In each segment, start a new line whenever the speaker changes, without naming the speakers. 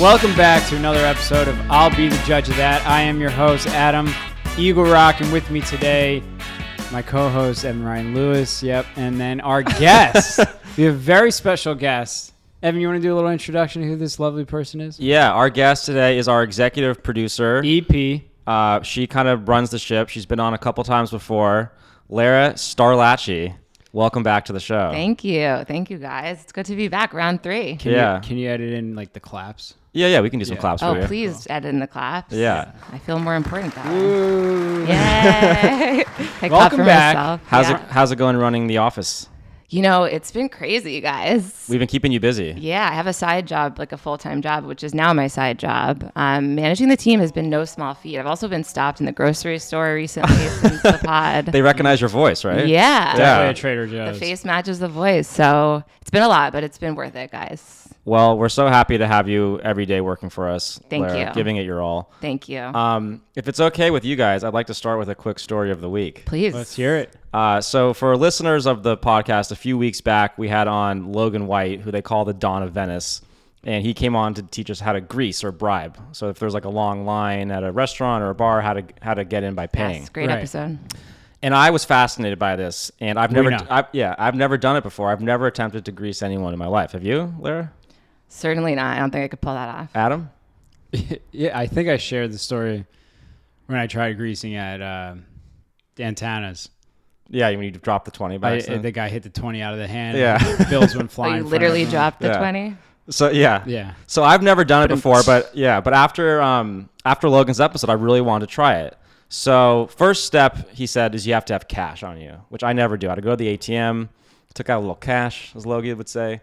Welcome back to another episode of I'll Be the Judge of That. I am your host, Adam Eagle Rock, and with me today, my co host, Evan Ryan Lewis. Yep. And then our guest. we have a very special guest. Evan, you want to do a little introduction to who this lovely person is?
Yeah, our guest today is our executive producer.
E-
EP.
Uh, she kind of runs the ship. She's been on a couple times before. Lara Starlacci, welcome back to the show.
Thank you. Thank you guys. It's good to be back. Round three.
Can
Yeah.
You, can you edit in like the claps?
yeah, yeah, we can do some
Yeah.
claps for
Oh,
you.
please edit in the claps.
Yeah.
I feel more important that way.
Ooh.
Yay. I clap
Welcome
for
back.
myself.
How's
Yeah.
it How's it going running the office?
You know, it's been crazy, guys.
We've been keeping you busy.
Yeah, I have a side job, like a full time job, which is now my side job. Um, managing the team has been no small feat. I've also been stopped in the grocery store recently since the pod.
They recognize your voice, right?
yeah.
Yeah.
Play a Trader
The
Joe's.
face matches the voice. So it's been a lot, but it's been worth it, guys.
Well, we're so happy to have you every day working for us.
Thank
Lara,
you.
Giving it your all.
Thank you.
Uh,
Um, if it's okay with you guys, I'd like to start with a quick story of the week.
Please.
Let's hear it.
Uh, so, for listeners of the podcast, a few weeks back, we had on Logan White, who they call the Don of Venice. And he came on to teach us how to grease or bribe. So, if there's like a long line at a restaurant or a bar, how to how to get in by paying.
Yes, great
Right.
episode.
And I was fascinated by this, and I've never,
know.
I, yeah, I've never done it before. I've never attempted to grease anyone in my life. Have you, Lara,
Certainly not. I don't think I could pull that off.
Adam?
yeah, I think I shared the story when I tried greasing at uh, Dantana's.
Yeah, when you drop the twenty by
I,
accident.
uh, the guy hit the 20 out of the hand.
Yeah.
and Bills went
Oh,
flying.
you
in front
literally
of him.
dropped the
Yeah.
20?
So yeah,
Yeah.
So I've never done it before, but yeah, but after um after Logan's episode, I really wanted to try it. So first step he said is you have to have cash on you, which I never do. I had to go to the ATM, took out a little cash, as Logan would say.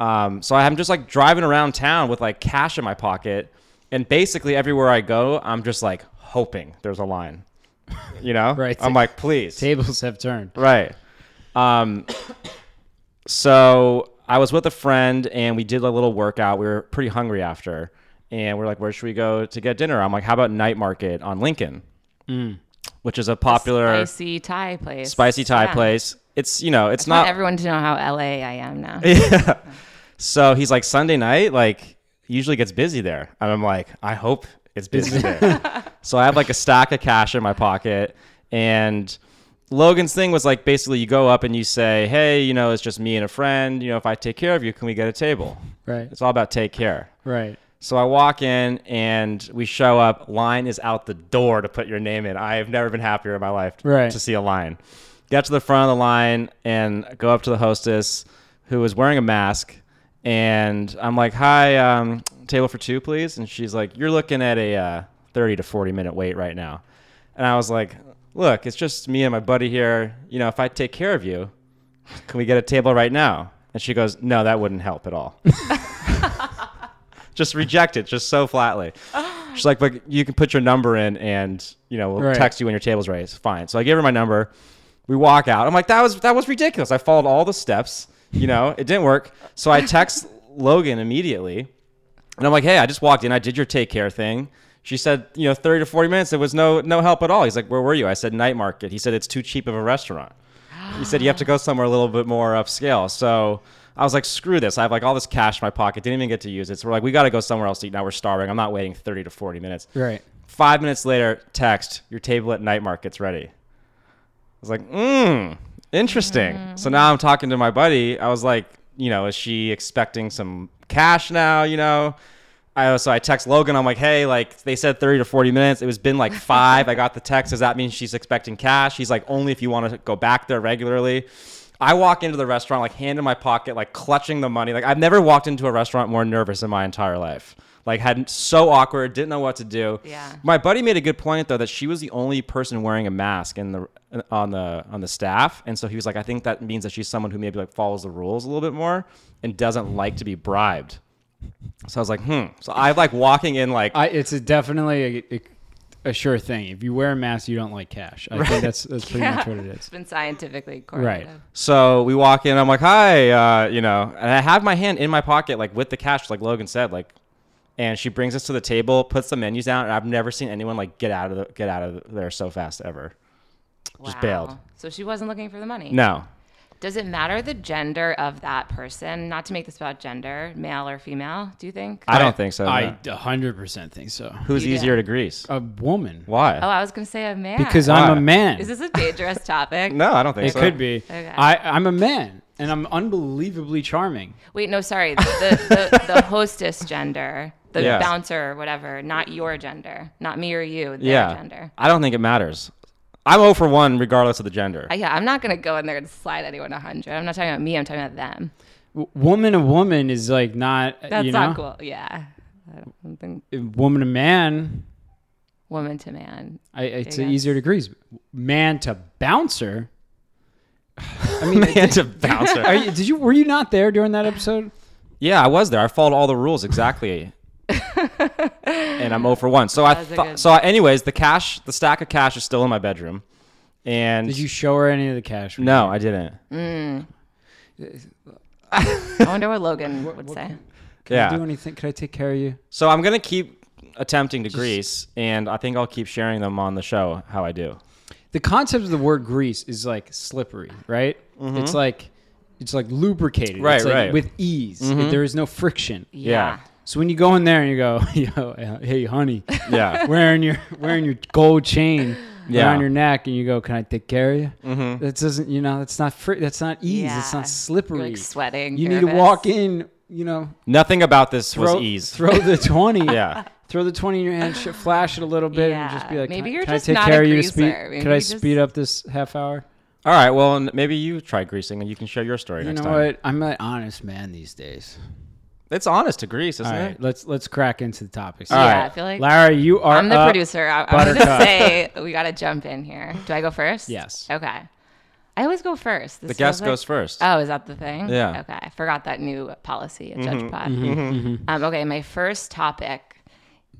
Um, so I'm just like driving around town with like cash in my pocket, and basically everywhere I go, I'm just like hoping there's a line. You know,
Right.
I'm like, please,
Tables have turned.
Right. Um, so I was with a friend and we did a little workout. We were pretty hungry after. And we are like, where should we go to get dinner? I'm like, how about night market on Lincoln? Which is a popular spicy,
Spicy Thai place.
Thai
Yeah.
place. It's, you know, it's
I want
not.
everyone to know how LA I am now.
so he's like, Sunday night, like, usually gets busy there. And I'm like, I hope it's busy there. so I have like a stack of cash in my pocket. And Logan's thing was like basically you go up and you say, Hey, you know, it's just me and a friend. You know, if I take care of you, can we get a table?
Right.
It's all about take care.
Right.
So I walk in and we show up. Line is out the door to put your name in. I have never been happier in my life t-
Right.
to see a line. Get to the front of the line and go up to the hostess who was wearing a mask. And I'm like, hi, um, table for two, please. And she's like, you're looking at a uh, 30 to 40 minute wait right now. And I was like, look, it's just me and my buddy here. You know, if I take care of you, can we get a table right now? And she goes, no, that wouldn't help at all just reject it just so flatly she's like but you can put your number in and you know we'll
Right.
text you when your table's ready it's fine so i gave her my number we walk out i'm like that was that was ridiculous i followed all the steps you know it didn't work so i text logan immediately and i'm like hey i just walked in i did your take care thing she said you know 30 to 40 minutes there was no no help at all he's like where were you i said night market he said it's too cheap of a restaurant he said you have to go somewhere a little bit more upscale. So I was like, screw this. I have like all this cash in my pocket. Didn't even get to use it. So we're like, we got to go somewhere else to eat. Now we're starving. I'm not waiting 30 to 40 minutes.
Right.
Five minutes later, text, your table at night market's ready. I was like, mmm, interesting. So now I'm talking to my buddy. I was like, you know, is she expecting some cash now? You know? I so I text Logan. I'm like, hey, like they said 30 to 40 minutes. It was been like five. I got the text. Does that mean she's expecting cash? He's like, only if you want to go back there regularly. I walk into the restaurant like hand in my pocket, like clutching the money. Like I've never walked into a restaurant more nervous in my entire life. Like had so awkward, didn't know what to do.
Yeah.
My buddy made a good point though that she was the only person wearing a mask in the on the on the staff, and so he was like, I think that means that she's someone who maybe like follows the rules a little bit more and doesn't like to be bribed. So I was like, hmm. So I like walking in like
I, it's a definitely a, a, a sure thing. If you wear a mask, you don't like cash. I think that's, that's pretty much what it
It's
is.
been scientifically
Right.
correlated.
so we walk in, I'm like, hi, uh, you know, and I have my hand in my pocket, like with the cash, like Logan said, like and she brings us to the table, puts the menus down, and I've never seen anyone like get out of the, get out of there so fast ever. Just bailed.
So she wasn't looking for the money.
No.
Does it matter the gender of that person? Not to make this about gender, male or female, do you think?
I don't think so.
I
no.
100% think so.
Who's
You
easier to grease?
A woman.
Why?
oh, I was going to say a man.
Because
Why?
I'm a man.
Is this a dangerous topic?
no, I don't think
it
so.
could be.
Okay.
I, I'm a man and I'm unbelievably charming.
Wait, no, sorry. The, the, the hostess gender, the
Yeah.
bouncer, whatever, not your gender, not me or you, their
Yeah.
gender.
I don't think it matters. I'm 0 for 1 regardless of the gender.
I, yeah, I'm not going to go in there and slide anyone 100. I'm not talking about me, I'm talking about them.
W- woman to woman is like not,
That's
you know,
not cool. Yeah. I don't think
woman to man.
woman to man.
I, it's
Yeah.
easier to grease. Man to bouncer.
I mean, man to bouncer.
Are you, did you were you not there during that episode?
yeah, I was there. I followed all the rules exactly. and I'm 0 for 1. So I
was a
fo-
good-
so I, anyways, the cash, the stack of cash is still in my bedroom. And
Did you Mm-hmm. show her any of the cash?
No, I didn't.
I wonder what Logan would say.
Can
yeah.
I do anything? Could I take care of you?
So I'm gonna keep attempting to grease, and I think I'll keep sharing them on the show how I do.
The concept of the word grease is like slippery, right? It's like it's like lubricated.
Mm-hmm. Right,
It's like
right. Mm-hmm.
With ease. There is no friction.
Yeah.
So when you go in there and you go, yo, hey honey,
Yeah.
wearing your wearing your gold chain
Yeah. Mm-hmm.
around your neck and you go, Can I take care of you? That doesn't you know, that's not fr- that's not ease. It's
Yeah. You're,
not slippery.
like, sweating,
You need to
nervous.
walk in, you know,
Nothing about this
throw,
was ease.
throw the twenty.
yeah.
throw the 20 in your hand, sh- flash it a little bit, and just be
Yeah.
like,
Maybe
can,
you're
can
just
I take
not
care
a
of you to
greaser.
speed?
Maybe
Could I
you just-
speed up this half hour?
All right. Well, n- maybe you try greasing, and you can share your story
You
next
know
time.
what? I'm an honest man these days.
It's honest to grease, isn't
All right,
it?
let's let's crack into the topics.
All
yeah,
right.
I feel like
Larry, you are
I'm the
up.
producer. I, I'm going to
uh, Buttercup.
say we got to jump in here. Do I go first?
Yes.
Okay. I always go first. This
The guest
feels like-
goes first.
Oh, is that the thing?
Yeah. Mm-hmm,
Okay. I forgot that new policy at Judge Pod. Um, okay. My first topic.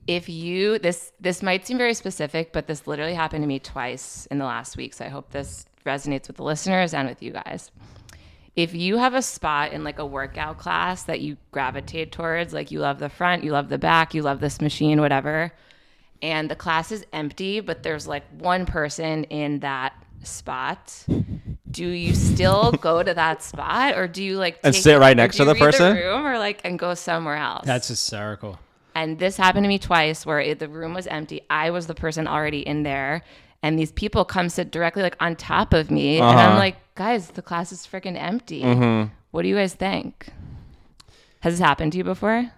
If you this this might seem very specific, but this literally happened to me twice in the last week. So I hope this resonates with the listeners and with you guys. If you have a spot in like a workout class that you gravitate towards, like you love the front, you love the back, you love this machine, whatever, and the class is empty, but there's like one person in that spot do you still go to that spot or do you like
And
take-
sit right
or
next
do
to
you
the
read
person?
room or like and go somewhere else
That's hysterical.
and this happened to me twice where it, the room was empty i was the person already in there and these people come sit directly like on top of me and
Uh-huh.
i'm like guys the class is freaking empty
Mm-hmm.
what do you guys think has this happened to you before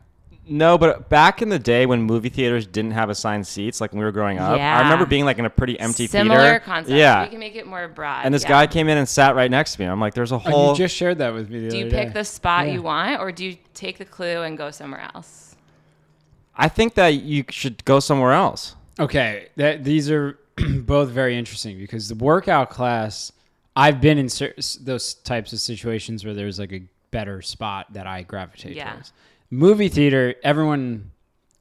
No, but back in the day when movie theaters didn't have assigned seats, like when we were growing up, I
Yeah.
remember being like in a pretty empty
similar
theater.
concept
Yeah.
we can make it more broad
and this
yeah.
guy came in and sat right next to me. I'm like, there's a
Oh,
whole.
you just shared that with me the
do
other
you
day.
pick the spot you want or do you take the clue and go somewhere else
I think that you should go somewhere else.
Okay, that these are both very interesting because the workout class I've been in cer- s- those types of situations where there's like a better spot that I gravitate
Yeah.
towards. Movie theater, everyone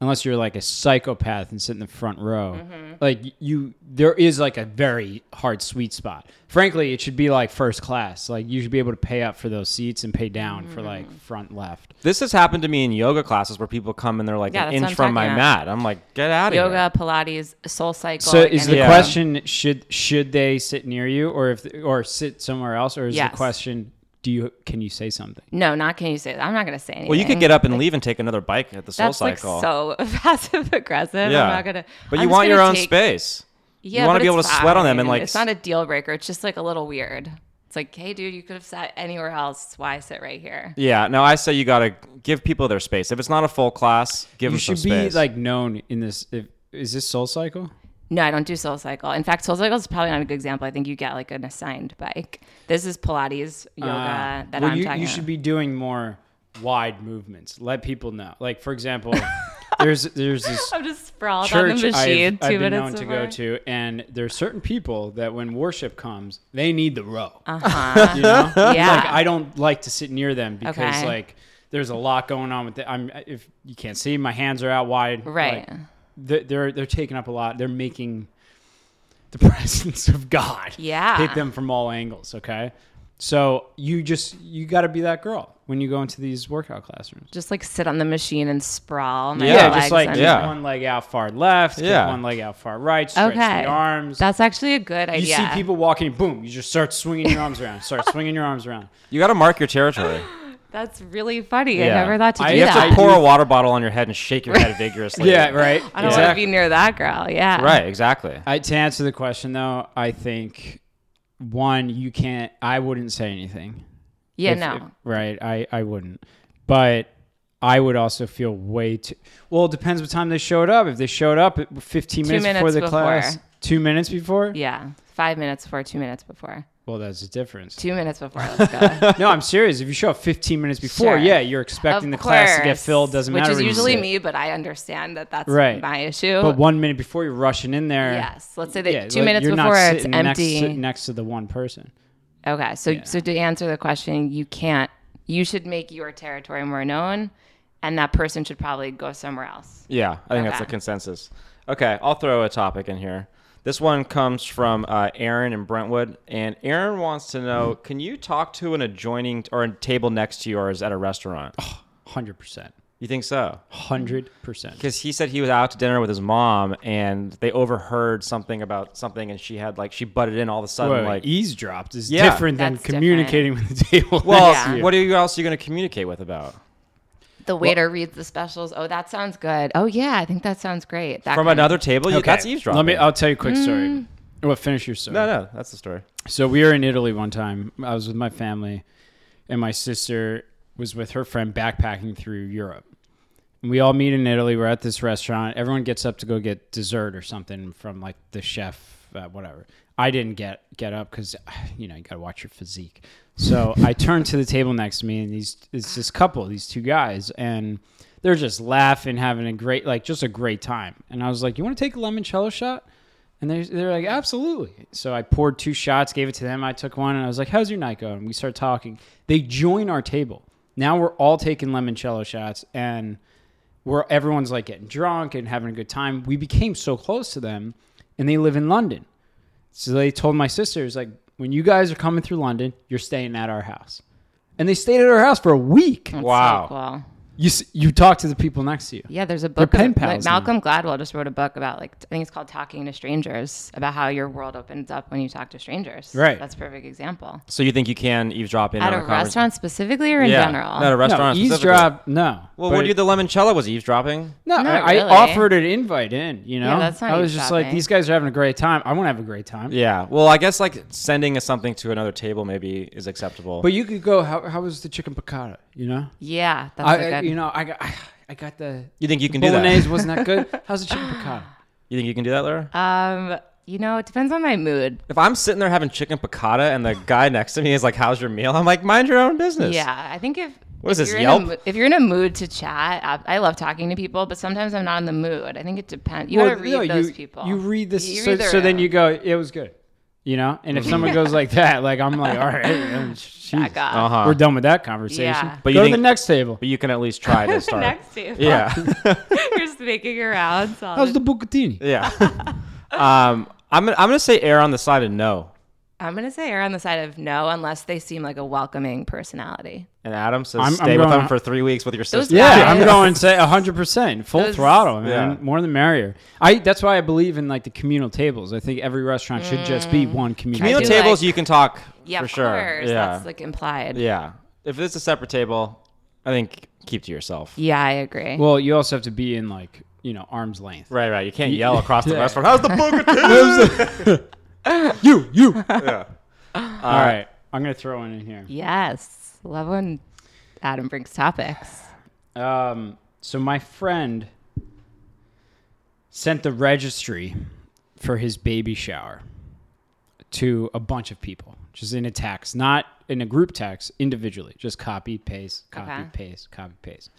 unless you're like a psychopath and sit in the front row, like you there is like a very hard sweet spot. Frankly, it should be like first class. Like you should be able to pay up for those seats and pay down for like front left.
This has happened to me in yoga classes where people come and they're like
Yeah,
an
that's
inch
what I'm
from my
talking
mat. I'm like, get out of here.
yoga pilates soul cycle
So
like
is
any
the
Yeah.
of them.
question should should they sit near you or if or sit somewhere else or is
Yes.
the question do you can you say something?
No, not can you say that. I'm not going to say anything.
Well, you could get up and leave and take another bike at the Soul
That's like
Cycle.
so passive aggressive.
yeah,
I'm not going to.
but you want your own space.
Yeah,
you want
but
to be able to
it's
sweat on them and
fine.
like.
It's not a deal breaker. It's just like a little weird. It's like, hey, dude, you could have sat anywhere else. Why sit right here?
yeah, no, I say you gotta give people their space. If it's not a full class, give
You
them some
should
space.
be like known in this if, is this soul cycle?
No, I don't do Soul Cycle. In fact, Soul Cycle is probably not a good example. I think you get like an assigned bike. This is Pilates yoga
Uh,
that
well,
I'm
you,
talking
you should be doing more wide movements. Let people know. Like for example, there's there's this
I'm just sprawled on
church
the machine
I've,
2
I've been
minutes
known to go
before.
to, and there's certain people that when worship comes, they need the row. you know,
Uh-huh. Yeah.
like I don't like to sit near them because
Okay.
like there's a lot going on with it. I'm if you can't see, my hands are out wide.
Right.
Like, they're, they're they're taking up a lot. They're making the presence of God
Yeah.
hit them from all angles. Okay, so you just you got to be that girl. when you go into these workout classrooms?
Just like sit on the machine and sprawl. My
Yeah,
legs
just like
under-
just
Yeah.
one leg out far left, kick
Yeah.
one leg out far right, stretch
Okay.
the arms.
That's actually a good
you
idea.
see people walking, boom, you just start swinging your arms around, start swinging your arms around.
You got to mark your territory.
That's really funny.
Yeah.
I never thought to
I-
do
You have
that.
to
I
pour
do-
a water bottle on your head and shake your head vigorously.
Yeah, right.
I don't want to
Exactly.
be near that girl. Yeah.
Right, exactly.
I, to answer the question though, I think one, you can't. I wouldn't say anything.
Yeah.
If-
no.
if- right. I I wouldn't. But I would also feel way too. Well, it depends what time they showed up. If they showed up at 15
Two
minutes, before
minutes
the
before.
class, two minutes before.
yeah. Five minutes before. Two minutes before.
Well, that's the difference.
Two minutes before. Let's go.
no, I'm serious. If you show up 15 minutes before,
Sure.
yeah, you're expecting
Of
the class to get
course,
filled. Doesn't
which
matter.
is
where you
usually
sit.
me, but I understand that that's
Right.
my issue.
But one minute before, you're rushing in there.
yes. Let's say that
Yeah,
two
like,
minutes
you're not
before it's
sitting next-
empty.
sitting next to the one person.
Okay, so so to answer the question, you can't. You should make your territory more known, and that person should probably go somewhere else.
Yeah, I think that's the
Okay.
consensus. Okay, I'll throw a topic in here. This one comes from uh, Aaron in Brentwood, and Aaron wants to know:
Mm.
Can you talk to an adjoining or a table next to yours at a restaurant?
Oh. Hundred percent.
You think so?
Oh. Hundred percent.
Because he said he was out to dinner with his mom, and they overheard something about something, and she had like she butted in all of a sudden,
Well,
like,
eavesdropped is
Yeah.
different than
That's different.
communicating with the table.
well,
next to you.
what are you else are you going to communicate with about?
The waiter reads the specials. Oh, that sounds good. Oh yeah, I think that sounds great. That
From
kind of-
another table, you, that's eavesdropping.
Let me. I'll tell you a quick
Mm.
story. Well, finish your story.
no, no, that's the story.
So we were in Italy one time. I was with my family, and my sister was with her friend backpacking through Europe. And we all meet in Italy. We're at this restaurant. Everyone gets up to go get dessert or something from like the chef, uh, whatever. I didn't get get up because you know you gotta watch your physique. So I turned to the table next to me, and these it's this couple, these two guys, and they're just laughing, having a great like just a great time. And I was like, "You want to take a limoncello shot?" And they're, they're like, absolutely. So I poured two shots, gave it to them. I took one and I was like, how's your night going? And we start talking. They join our table. Now we're all taking limoncello shots and we're, everyone's like getting drunk and having a good time. We became so close to them and they live in London. So they told my sisters, like, when you guys are coming through London, you're staying at our house. And they stayed at our house for a week.
That's so
Wow.
cool.
You, s- you talk to the people next to you.
Yeah, there's a book.
pen
of- like,
pals now.
Malcolm Gladwell just wrote a book about like I think it's called Talking to Strangers about how your world opens up when you talk to strangers.
Right.
That's a perfect example.
So you think you can eavesdrop in
At
on
a
conversation?
restaurant specifically or in
yeah,
general?
not a
No,
restaurant. specifically.
eavesdrop, no.
Well,
But
what
it-
do you? The limoncello was eavesdropping.
No,
Not
I, I
really.
offered an invite in. You know,
that's not
I was just like,
eavesdropping.
these guys are having a great time. I want to have a great time.
Yeah. Well, I guess like sending us something to another table maybe is acceptable.
But you could go. How, how was the chicken piccata? You know,
yeah, that's
I,
a
I-
good.
you know I got I, I got the
you think you can do
bolognese
that?
wasn't that good. How's the chicken piccata?
You think you can do that, Laura?
um, you know, it depends on my mood.
if I'm sitting there having chicken piccata and the guy next to me is like, "How's your meal?" I'm like, "Mind your own business."
Yeah, I think if
What is
if
this,
you're in a
Yelp?
mo- if you're in a mood to chat, I, I love talking to people, but sometimes I'm not in the mood. I think it depends. You
Well,
gotta read
no,
those
you,
people.
You read this,
You
so,
read the
so then
room.
you go, it was good. You know, and if someone goes like that, like I'm like, all right, man,
back
jeez,
up.
Uh huh.
we're done with that conversation.
Yeah.
But
But go
you
to
think-
the next table.
But you can at least try to start.
Next table.
Yeah.
you're just making your rounds. all
How's
the-
the bucatini?
yeah. Um, I'm gonna, I'm gonna say err on the side of no.
I'm gonna say err on the side of no, unless they seem like a welcoming personality.
And Adam says,
I'm- I'm
"Stay with
going-
them for three weeks with your
Those
sister."
guys-
Yeah, I'm
Yes.
going to say 100%, full
Those-
throttle, man.
Yeah.
More the merrier. I that's why I believe in like the communal tables. I think every restaurant should just be one communal.
Communal
Mm.
table.
do table.
tables,
like-
you can talk
Yeah,
for
of
sure.
course.
Yeah.
That's like implied. Yeah,
yeah. If it's a separate table, I think keep to yourself.
I agree.
Well, you also have to be in like, you know, arm's length.
Right, right. You can't yell across the
Yeah.
restaurant. How's the book?
You, you.
yeah.
All right. I'm going to throw one in here.
yes, love when Adam brings topics.
Um, so my friend sent the registry for his baby shower to a bunch of people, just in a text, not in a group text, individually, just copy, paste, copy,
Okay.
paste, copy, paste.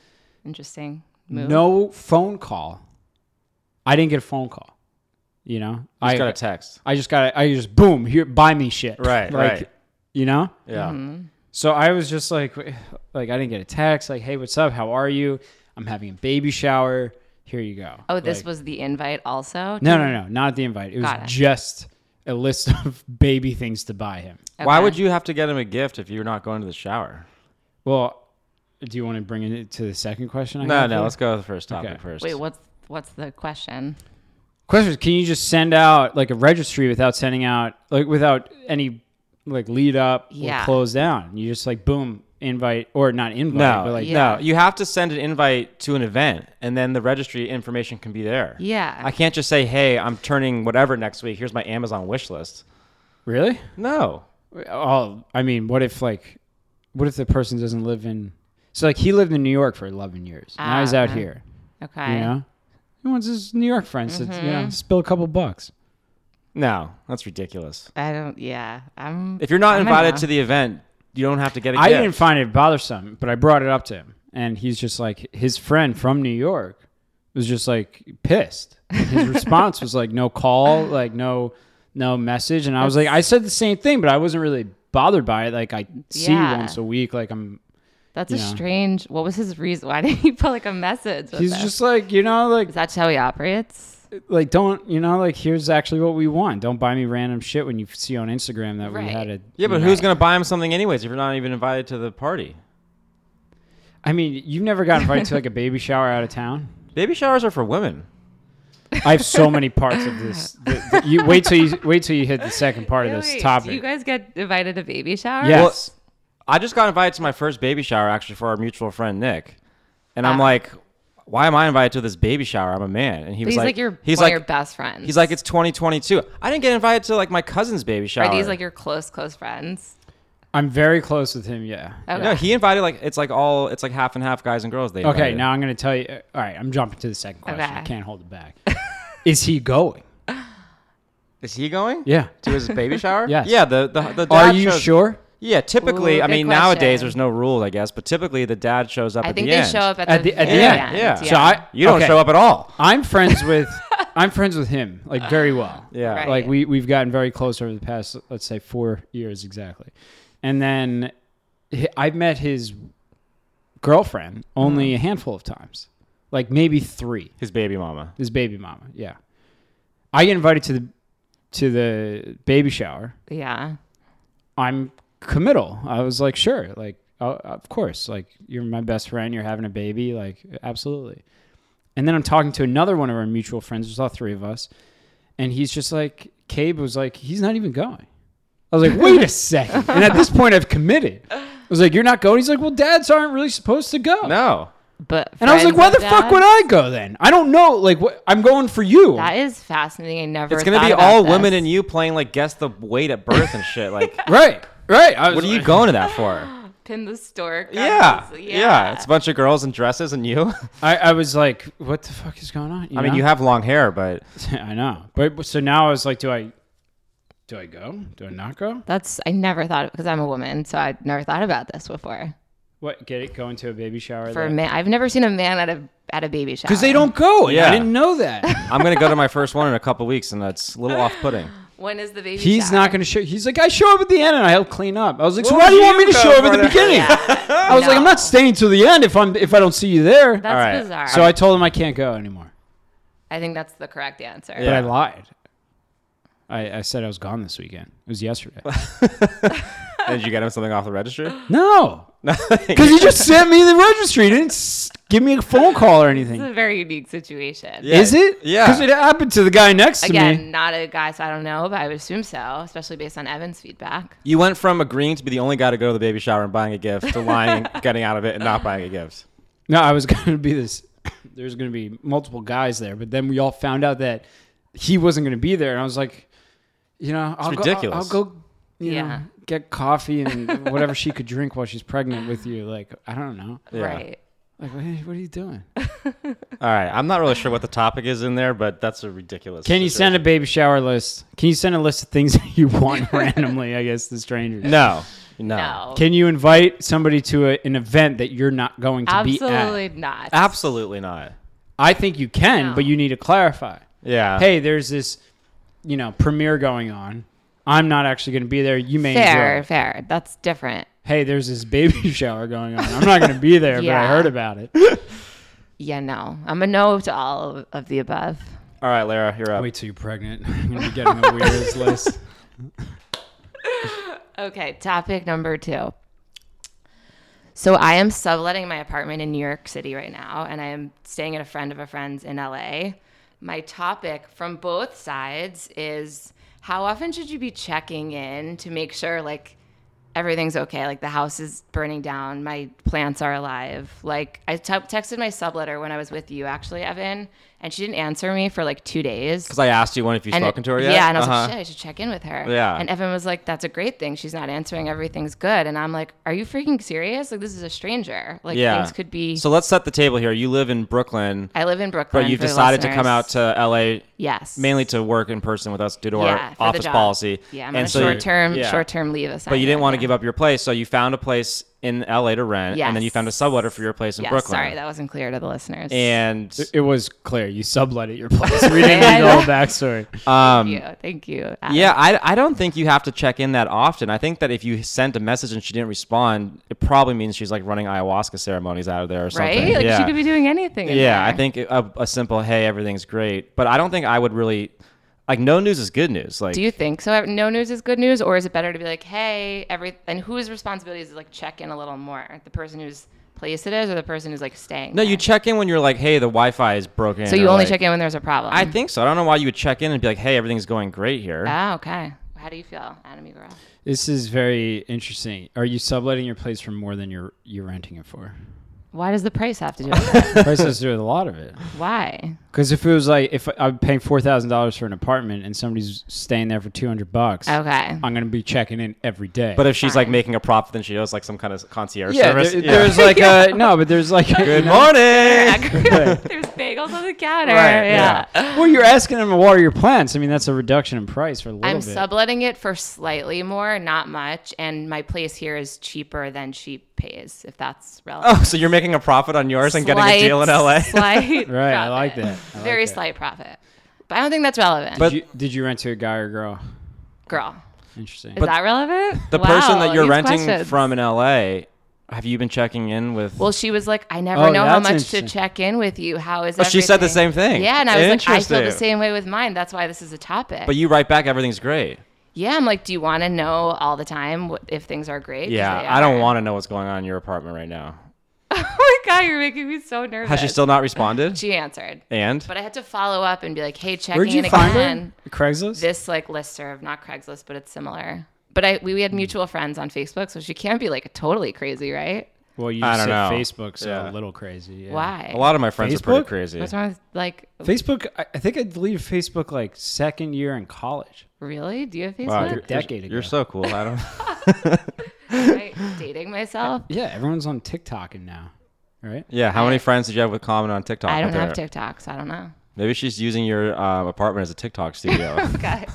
Interesting move.
No phone call. I didn't get a phone call. You know, I
I got a text.
I just got I just boom here buy me shit.
Right,
like,
right.
You know.
Yeah.
Mm-hmm.
So I was just like, like I didn't get a text. Like, hey, what's up? How are you? I'm having a baby shower. Here you go.
Oh, this
Like,
was the invite also.
no, no, no, not the invite. It was
Got it.
just a list of baby things to buy him.
Why
Okay.
would you have to get him a gift if you're not going to the shower?
Well, Do you want to bring it to the second question? I
No,
got
no,
for
let's
you?
go with the first topic
Okay.
first.
Wait, what's what's the question?
Questions. Can you just send out like a registry without sending out like without any like lead up or
Yeah.
close down? You just like boom invite or not invite,
No,
but like
Yeah.
no, you have to send an invite to an event, and then the registry information can be there.
Yeah.
I can't just say, "Hey, I'm turning whatever next week. Here's my Amazon wish list."
really.
No,
Oh, I mean, what if like, what if the person doesn't live in? So like, he lived in New York for eleven years. now he's
Ah,
out
okay.
here.
Okay.
You know, he wants his New York friends to you
Mm-hmm.
know spill a couple bucks.
no, that's ridiculous.
I don't. Yeah. I'm.
If you're not
I'm
invited
know.
to the event, you don't have to get a
I
gift.
didn't find it bothersome, but I brought it up to him, and he's just like, his friend from New York was just like pissed. His response was like, no call, like no, no message, and I was like, I said the same thing, but I wasn't really bothered by it. Like I see you
Yeah.
once a week, like I'm
That's
you
a
know.
strange. What was his reason? Why didn't he put like a message? with
he's
us?
just like you know like
Is that how he operates?
like don't you know like here's actually what we want don't buy me random shit when you see on instagram that we
Right.
had a
yeah, but who's gonna buy him something anyways if you're not even invited to the party?
i mean you've never got invited to like a baby shower out of town
Baby showers are for women.
i have so many parts of this th- th- you wait till you wait till you hit the second part of this topic
you guys get invited to baby shower?
yes
I just got invited to my first baby shower actually for our mutual friend Nick, and I'm
Ah.
like, "Why am I invited to this baby shower? I'm a man." And he
But
was
he's like,
like,
your
he's
one
like
of your best friends.
He's like, it's 2022. I didn't get invited to like my cousin's baby shower.
are these like your close close friends?
i'm very close with him yeah
Okay.
no, he invited like it's like all it's like half and half guys and girls. They
okay
invited.
now i'm gonna tell you uh, all right i'm jumping to the second question i
Okay.
can't hold it back is he going
is he going?
yeah
to his baby shower.
Yes.
yeah. The the, the
are
dad
you
shows-
sure
Yeah, typically,
Ooh,
I
good
mean nowadays
question.
there's no rules, I guess, but typically the dad shows up
I
at
think
the
they
end.
show up at,
at the, at the end,
Yeah.
so i
You don't
okay.
show up at all.
i'm friends with i'm friends with him like very well
Yeah.
Right.
like we we've gotten very close over the past let's say four years exactly and then h- i've met his girlfriend only a handful of times like maybe three
His baby mama.
his baby mama yeah i get invited to the to the baby shower
yeah.
i'm committal i was like sure like uh, of course like you're my best friend you're having a baby like absolutely and then i'm talking to another one of our mutual friends there's all three of us and he's just like Cabe was like, he's not even going. I was like, wait a second. And at this point, I've committed. I was like, you're not going. He's like, well, dads aren't really supposed to go.
No.
But
and I was like, why the fuck would I go then? I don't know. Like, what, I'm going for you.
That is fascinating. I never.
It's gonna
thought
be
about
all
this.
women and you playing like guess the weight at birth and shit. Like,
right, right. I was
what are you
like-
going to that for?
pin the stork. on
Yeah,
his-
yeah, It's a bunch of girls in dresses and you.
I, I was like, what the fuck is going on?
I mean, you have long hair, but
have. I know. But so now I was like, do I, do I go? Do I not go?
That's I never thought because I'm a woman, so I never thought about this before.
What? Get it? Go into a baby shower?
For a man, I've never seen a man at a at a baby shower
Because they don't go. Yeah.
Yeah.
I didn't know that.
I'm gonna go to my first one in a couple weeks, and that's a little off-putting.
When is the baby?
He's
shower?
not going to show. He's like, I show up at the end and I help clean up. I was like, so
What
why
would
do you want me
you
to
go
show up at
for
the
that?
beginning? I was like, I'm
No.
not staying till the end if I'm if I don't see you there.
That's
All right.
bizarre.
so I told him I can't go anymore.
I think that's the correct answer.
But
Yeah.
I lied. I, I said I was gone this weekend. It was yesterday.
Did you get him something off the registry?
no, because he just sent me the registry. He didn't s- give me a phone call or
It's
anything.
a very unique situation.
Yeah.
Is it?
Yeah.
Because it happened to the guy next to
Again,
me.
not a guy, so I don't know, but I would assume so, especially based on Evan's feedback.
You went from agreeing to be the only guy to go to the baby shower and buying a gift to lying, getting out of it, and not buying a gift.
No, I was going to be this. There's going to be multiple guys there, but then we all found out that he wasn't going to be there, and I was like, you know, I'll
ridiculous.
Go, I'll, I'll go, you
Yeah.
know, get coffee and whatever she could drink while she's pregnant with you. Like, I don't know.
Yeah.
Right.
Like, what what are you doing?
All right, I'm not really sure what the topic is in there, but that's a ridiculous.
Can you send a baby shower list? Can you send a list of things that you want randomly? I guess to strangers.
No, no,
No.
Can you invite somebody to a, an event that you're not going to be at?
Absolutely not.
absolutely not.
I think you can,
No.
but you need to clarify.
Uh,
Yeah.
hey, there's this, you know, premiere going on. I'm not actually going to be there. You may
fair,
enjoy. it.
fair. That's different.
Hey, there's this baby shower going on. I'm not going to be there, but I
Yeah.
heard about it.
Yeah, no. I'm a no to all of- of the above.
All right, Lara, you're up.
Wait till you're pregnant. I'm going to be getting the weirdest list.
Okay, topic number two. So I am subletting my apartment in New York City right now, and I am staying at a friend of a friend's in LA. My topic from both sides is how often should you be checking in to make sure like everything's okay, like the house is burning down, my plants are alive. Like I t- texted my subletter when I was with you actually, Evan, and she didn't answer me for like two days.
Because I asked you one if you've spoken to her yet.
Yeah, and I was like,
Uh-huh.
shit, I should check in with her.
Yeah.
And Evan was like, that's a great thing. She's not answering. Everything's good. And I'm like, are you freaking serious? Like, this is a stranger. Like,
yeah.
things could be.
So let's set the table here. You live in Brooklyn,
I live in Brooklyn.
but you've
for the
decided to come out
listeners.
to LA
yes,
mainly to work in person with us due to
yeah,
our
for the
office
job.
policy.
Yeah, I'm on a
so you-
short term,
yeah.
short term leave assignment.
But you didn't want to
yeah.
give up your place, so you found a place in LA to rent, and then you
Yes.
found a subletter for your place in
Yes,
Brooklyn.
sorry, that wasn't clear to the listeners.
and
It was clear. You subletted your place. We didn't need the whole backstory.
um,
thank you, thank you. Adam.
Yeah, I, I don't think you have to check in that often. I think that if you sent a message and she didn't respond, it probably means she's like running ayahuasca ceremonies out of there or something.
right. Like
yeah.
she could be doing anything. in
yeah,
there.
I think a, a simple "Hey, everything's great," but I don't think I would really like. No news is good news. Like,
Do you think so? No news is good news, or is it better to be like, hey, every and whose responsibility is to like check in a little more? The person whose place it is, or the person who's like staying?
no, you
there?
check in when you're like, "Hey, the Wi-Fi is broken."
so you
or,
only
like-
check in when there's a problem.
I think so. I don't know why you would check in and be like, "Hey, everything's going great here."
Oh, okay. How do you feel, Adam Igor?
This is very interesting. Are you subletting your place for more than you're you're renting it for?
Why does the price have to do with it?
Price has to do with a lot of it.
Why?
Because if it was like if I'm paying four thousand dollars for an apartment and somebody's staying there for two hundred bucks,
Okay.
I'm gonna be checking in every day.
but if she's like
Fine.
making a profit, then she owes like some kind of concierge
yeah,
service.
there-
Yeah.
there's like a no, but there's like
Good morning.
There's bagels on the counter.
Right,
yeah.
Well, you're asking them to water your plants. I mean, that's a reduction in price for a little
I'm
bit.
subletting it for slightly more, not much, and my place here is cheaper than she pays, if that's relevant.
Oh, so you're making a profit on yours and getting a
Slight-
deal in LA.
Slight
Right, I like
profit.
that. I like
Very
that.
slight profit. But I don't think that's relevant.
Did you, did you rent to a guy or girl?
girl,
Interesting.
is that relevant?
the person
Wow,
that you're
these
renting
questions.
from in LA, have you been checking in with?
Well, she was like, I never
Oh,
know how
that's
much to
interesting.
check in with you. How is
Oh, she said the
everything?"
same thing.
Yeah, and I was like, I feel the
Interesting.
same way with mine. That's why this is a topic.
but you write back, everything's great.
yeah, I'm like, do you want to know all the time what, if things are great? 'Cause they
Yeah, I don't
are.
want to know what's going on in your apartment right now.
oh my god, you're making me so nervous.
Has she still not responded?
She answered,
and
but I had to follow up and be like, hey, checking
Where'd you
in
find
again.
her? Craigslist.
This like listserv, not Craigslist, but it's similar. But I we,
Hmm.
we had mutual friends on Facebook, so she can't be like totally crazy, right?
well, you
I
just said
don't know.
Facebook, so
Yeah.
a little crazy. yeah.
Why?
a lot of my friends are pretty
Facebook?
crazy.
What's wrong with like
Facebook. I, I think I deleted Facebook like second year in college.
really? Do you have Facebook?
Wow,
a decade
you're,
ago.
you're so cool. I don't.
Am I dating myself?
Yeah, everyone's on TikTok and now, right?
Yeah, how many friends did you have with comment on TikTok?
I don't
with
have
her?
TikTok, so I don't know.
Maybe she's using your um, apartment as a TikTok studio.
Okay,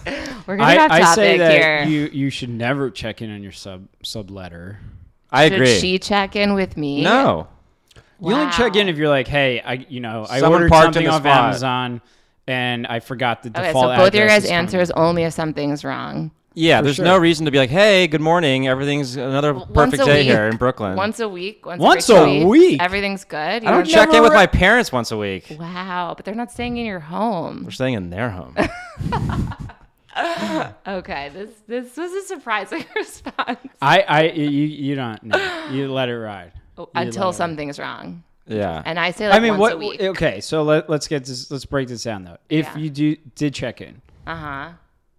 we're gonna
I,
have topic
I say that
here.
you you should never check in on your sub subletter.
I
Should
agree.
she check in with me?
no,
You only check
Wow.
in if you're like, hey, I you know I
Someone
ordered
parked in
something
the
off
spot.
Amazon and I forgot the
Okay,
default.
so both your
address
guys'
is coming.
answers only if something's wrong.
yeah, there's no
sure.
reason to be like, "Hey, good morning, everything's another
once
perfect
a
day
week.
here in Brooklyn."
Once a week, once,
Once
every two
a
weeks,
week?
everything's good. You
I don't
don't
check in
never
with
re-
my parents once a week.
know- Wow, but they're not staying in your
We're
home.
staying in their home.
Okay, this this was a surprising response
I I you you don't no, you let it ride
Oh,
You let
until
it ride.
something's wrong.
yeah.
And I say like
I mean, what?
once a week.
Okay, so let, let's get this. Let's break this down though. If
Yeah.
you do did check in,
Uh huh.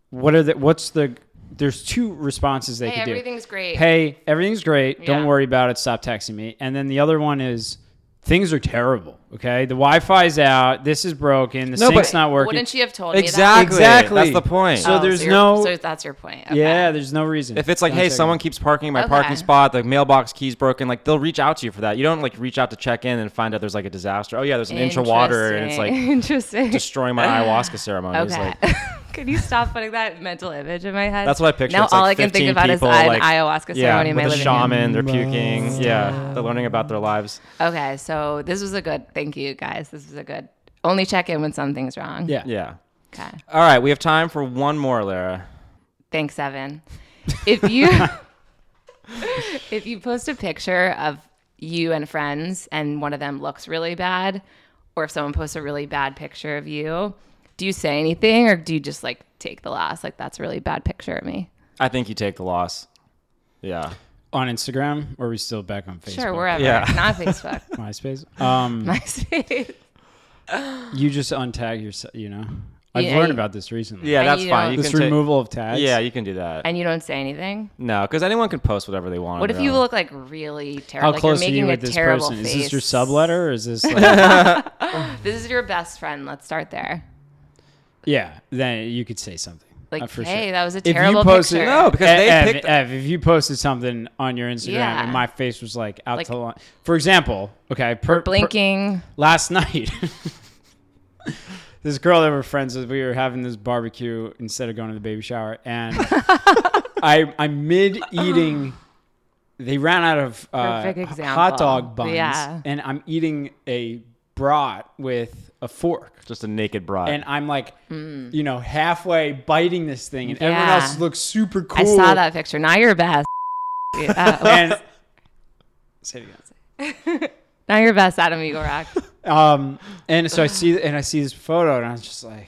what are the? What's the? There's two responses they
Hey,
can do.
everything's great.
Hey, everything's great. Don't
Yeah.
worry about it. Stop texting me. And then the other one is, things are terrible. Okay, the Wi-Fi's out. This is broken. The
No, but-
sink's not working.
Wouldn't she have told me
Exactly.
that?
That's the point.
So
Oh,
there's
you're-
no.
So that's your point. Okay.
yeah, there's no reason.
If it's like,
Don't
hey,
check
someone
in.
keeps parking in my
Okay.
parking spot, the mailbox key's broken, like they'll reach out to you for that. You don't like reach out to check in and find out there's like a disaster. Oh yeah, there's an inch of water and it's like
interesting.
destroying my ayahuasca ceremony. It's
Okay.
like-
Can you stop putting that mental image in my head?
That's what I picture.
Now
It's
all
like
I can think
15
about
people,
is an
like-
ayahuasca
yeah,
ceremony in my
with a
living
shaman, they're puking. Yeah, they're learning about their lives.
room. Okay, so this was a good. Thank you guys. This was a good. Only check in when something's wrong.
Yeah.
Yeah.
Okay.
All right, we have time for one more, Lara.
Thanks, Evan. If you if you post a picture of you and friends and one of them looks really bad, or if someone posts a really bad picture of you, do you say anything or do you just like take the loss? Like that's a really bad picture of me.
I think you take the loss. Yeah.
on Instagram, or are we still back on Facebook?
Sure, wherever.
Yeah.
Not Facebook.
MySpace. Um,
MySpace.
you just untag yourself. You know, I've
Yeah,
learned
you-
about this recently.
Yeah,
And
that's
you
fine.
don't-
You
this
can take-
removal of tags.
yeah, you can do that.
And you don't say anything?
no, because anyone can post whatever they want. on
What if
their
you
own.
look like really terrible?
How
like
close
you're
are
making
you
a
with this
terrible
person?
Face.
Is this your subletter, or is this? Like,
This is your best friend. Let's start there.
yeah, then you could say something.
Like,
uh, for
hey,
sure.
that was a
If you
terrible
posted-
picture.
No, because they
Ev,
picked.
Ev, if you posted something on your Instagram
Yeah.
and my face was like out
Like-
to lunch, for example, okay, per, per-
Blinking.
last night. this girl that we're friends with, we were having this barbecue instead of going to the baby shower, and I I'm mid eating. They ran out of uh,
Perfect
h- hot
example.
dog buns,
Yeah.
and I'm eating a brat with a fork
just a naked bride.
and I'm like, you know, halfway biting this thing, and everyone
Mm. Yeah.
else looks super cool.
I saw that picture. Now you're best. Yeah, uh, well,
And say it again.
now you're best, Adam Eagle Rock.
Um, and so I see, and I see this photo, and I was just like,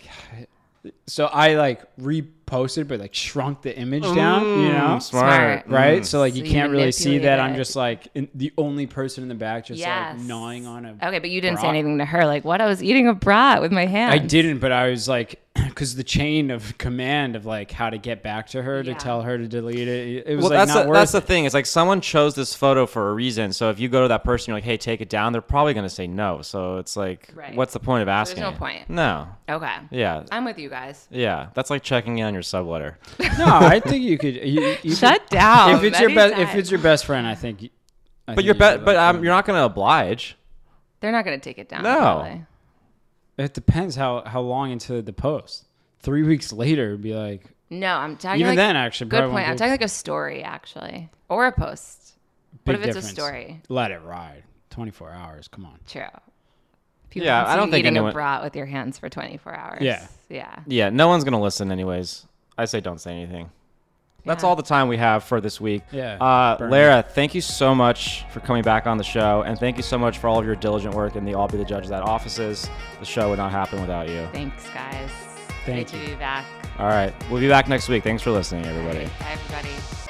so I like reposted, but like shrunk the image down, you know.
Mm, Hmm, smart,
Smart. Mm.
Right, so like you
So you
can't really see that.
manipulate
I'm
it.
just like in, the only person in the back, just
yes.
like gnawing on a.
Okay, but you didn't say
brat.
anything to her. Like, what? I was eating a brat with my hand.
I didn't, but I was like, because the chain of command of like how to get back to her to
Yeah.
tell her to delete it, it was
Well,
like
that's
not
the,
worth
that's the
it.
thing. It's like someone chose this photo for a reason. So if you go to that person, you're like, "Hey, take it down." They're probably going to say no. So it's like,
Right.
what's the point of asking?
no
it?
point.
No.
Okay.
Yeah.
I'm with you guys.
Yeah. That's like checking in on your subletter.
No, I think you could. You, you
Shut
could-
down.
If it's your best,
best,
if it's your best friend, I think. I
But you're be- but um, you're not going to oblige.
they're not gonna take it down.
No.
probably.
it depends how how long into the post. Three weeks later, it'd be like
No, I'm talking.
even
like,
then. Actually,
Good
probably
point.
won't
I'm
be
talking like a story actually, or a post.
a
What
big
if it's a
difference.
story?
Let it ride. Twenty four hours. Come on.
True. People
Yeah,
can
I
see
don't
you
think
eating
anyone-
a brat with your hands for 24 hours.
Yeah.
Yeah.
Yeah. No one's going to listen anyways. I say don't say anything. That's
Yeah.
all the time we have for this week.
Yeah,
Uh,
burn
Lara, thank you so much for coming back on the show, and thank you so much for all of your diligent work in the All Be the Judge of That offices. The show would not happen without you.
Thanks, guys.
Thank
Great
you.
to be back.
All right. We'll be back next week. Thanks for listening, everybody.
Bye, everybody.